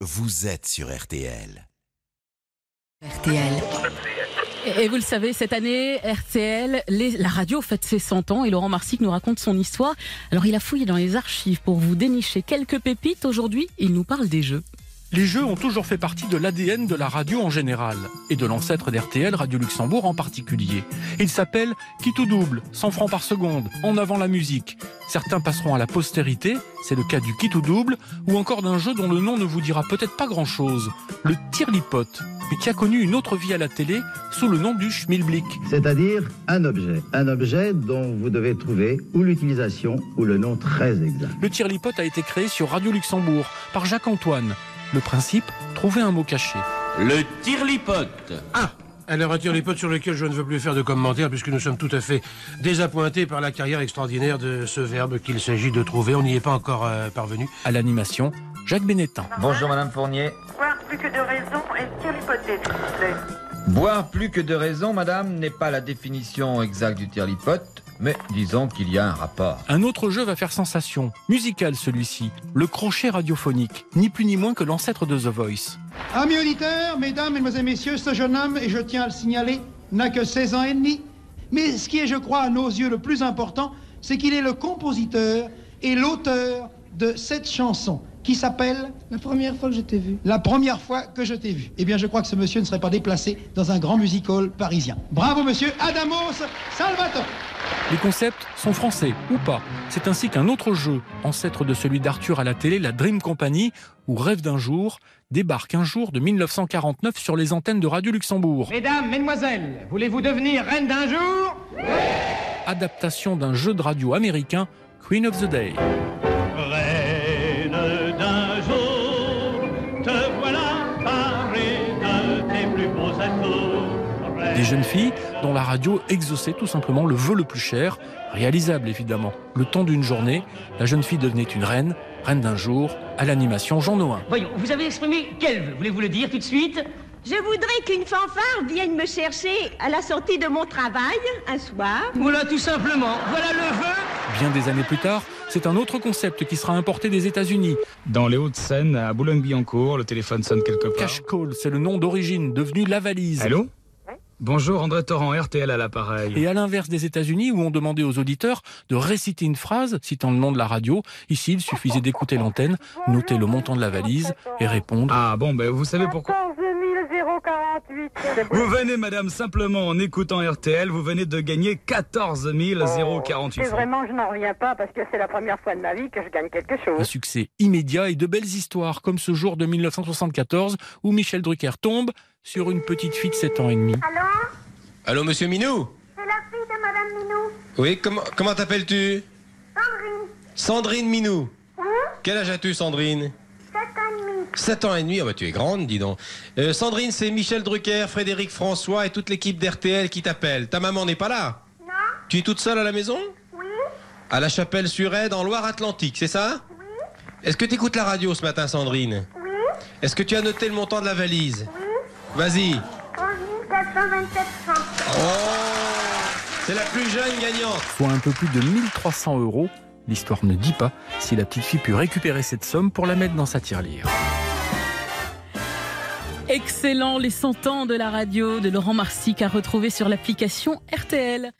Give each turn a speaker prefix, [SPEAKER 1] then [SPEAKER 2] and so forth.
[SPEAKER 1] Vous êtes sur RTL.
[SPEAKER 2] RTL. Et vous le savez, cette année, RTL, les- la radio fête ses 100 ans et Laurent Marsic nous raconte son histoire. Alors il a fouillé dans les archives pour vous dénicher quelques pépites. Aujourd'hui, il nous parle des jeux.
[SPEAKER 3] Les jeux ont toujours fait partie de l'ADN de la radio en général, et de l'ancêtre d'RTL, Radio Luxembourg en particulier. Ils s'appellent Qui tout double, 100 francs par seconde, en avant la musique. Certains passeront à la postérité, c'est le cas du Qui tout double, ou encore d'un jeu dont le nom ne vous dira peut-être pas grand-chose, le Tirlipote, mais qui a connu une autre vie à la télé sous le nom du Schmilblick.
[SPEAKER 4] c'est-à-dire un objet. Un objet dont vous devez trouver ou l'utilisation ou le nom très exact.
[SPEAKER 3] Le Tirlipote a été créé sur Radio Luxembourg par Jacques Antoine. Le principe, trouver un mot caché.
[SPEAKER 5] Le tirlipote.
[SPEAKER 6] Ah, Alors, un tire les potes sur lequel je ne veux plus faire de commentaires puisque nous sommes tout à fait désappointés par la carrière extraordinaire de ce verbe qu'il s'agit de trouver. On n'y est pas encore euh, parvenu.
[SPEAKER 3] À l'animation, Jacques Bénétin.
[SPEAKER 7] Bonjour Madame Fournier.
[SPEAKER 8] Voir plus que de raison et tire l'hypothèse, s'il vous plaît.
[SPEAKER 7] Boire plus que de raison, Madame, n'est pas la définition exacte du tirlipote, mais disons qu'il y a un rapport.
[SPEAKER 3] Un autre jeu va faire sensation, musical celui-ci, le crochet radiophonique, ni plus ni moins que l'ancêtre de The Voice.
[SPEAKER 9] Amis auditeurs, mesdames, mesdemoiselles et messieurs, ce jeune homme, et je tiens à le signaler, n'a que 16 ans et demi. Mais ce qui est, je crois, à nos yeux le plus important, c'est qu'il est le compositeur et l'auteur de cette chanson qui s'appelle
[SPEAKER 10] La première fois que je t'ai vu.
[SPEAKER 9] La première fois que je t'ai vu. Eh bien, je crois que ce monsieur ne serait pas déplacé dans un grand music hall parisien. Bravo, monsieur Adamos Salvatore.
[SPEAKER 3] Les concepts sont français ou pas. C'est ainsi qu'un autre jeu, ancêtre de celui d'Arthur à la télé, la Dream Company, ou Rêve d'un jour, débarque un jour de 1949 sur les antennes de Radio Luxembourg.
[SPEAKER 9] Mesdames, mesdemoiselles, voulez-vous devenir reine d'un jour
[SPEAKER 3] Adaptation d'un jeu de radio américain, Queen of the Day.
[SPEAKER 9] Reine d'un jour, te voilà parée de tes plus beaux atouts.
[SPEAKER 3] Des jeunes filles dont la radio exauçait tout simplement le vœu le plus cher, réalisable évidemment. Le temps d'une journée, la jeune fille devenait une reine, reine d'un jour, à l'animation Jean Noin.
[SPEAKER 11] Voyons, vous avez exprimé quel vœu Voulez-vous le dire tout de suite
[SPEAKER 10] Je voudrais qu'une fanfare vienne me chercher à la sortie de mon travail un soir.
[SPEAKER 11] Voilà, tout simplement. Voilà le vœu.
[SPEAKER 3] Bien des années plus tard, c'est un autre concept qui sera importé des États-Unis.
[SPEAKER 6] Dans les Hauts-de-Seine, à Boulogne-Billancourt, le téléphone sonne quelque
[SPEAKER 3] Cash Call, c'est le nom d'origine, devenu la valise.
[SPEAKER 6] Allô Bonjour, André Torrent, RTL à l'appareil.
[SPEAKER 3] Et à l'inverse des États-Unis, où on demandait aux auditeurs de réciter une phrase citant le nom de la radio, ici il suffisait d'écouter l'antenne, noter le montant de la valise et répondre.
[SPEAKER 6] Ah bon, ben vous savez
[SPEAKER 8] 14 048.
[SPEAKER 6] Vous venez, madame, simplement en écoutant RTL, vous venez de gagner 14 048
[SPEAKER 8] C'est vraiment, je n'en reviens pas parce que c'est la première fois de ma vie que je gagne quelque
[SPEAKER 3] Un
[SPEAKER 8] chose.
[SPEAKER 3] succès immédiat et de belles histoires, comme ce jour de 1974 où Michel Drucker tombe sur une petite fille de 7 ans et demi.
[SPEAKER 8] Allô
[SPEAKER 5] Allô, monsieur Minou
[SPEAKER 8] C'est la fille de Madame Minou,
[SPEAKER 5] Oui, comment, comment t'appelles-tu
[SPEAKER 8] Sandrine, Hein
[SPEAKER 5] Sandrine Minou. Quel âge as-tu, Sandrine
[SPEAKER 8] 7 ans et demi.
[SPEAKER 5] 7 ans et demi, ah bah tu es grande, dis donc. Euh, Sandrine, c'est Michel Drucker, Frédéric François et toute l'équipe d'RTL qui t'appelle. Ta maman n'est pas là
[SPEAKER 8] Non
[SPEAKER 5] Tu es toute seule à la maison
[SPEAKER 8] Oui
[SPEAKER 5] À la chapelle sur aide en Loire-Atlantique, c'est ça
[SPEAKER 8] Oui
[SPEAKER 5] Est-ce que tu écoutes la radio ce matin, Sandrine
[SPEAKER 8] Oui
[SPEAKER 5] Est-ce que tu as noté le montant de la valise
[SPEAKER 8] Oui
[SPEAKER 5] Vas-y.
[SPEAKER 8] 11 427 francs.
[SPEAKER 5] Oh C'est la plus jeune gagnante.
[SPEAKER 3] soit un peu plus de 1300 euros. L'histoire ne dit pas si la petite fille put récupérer cette somme pour la mettre dans sa tirelire.
[SPEAKER 2] Excellent, les 100 ans de la radio de Laurent Marsic à retrouver sur l'application RTL.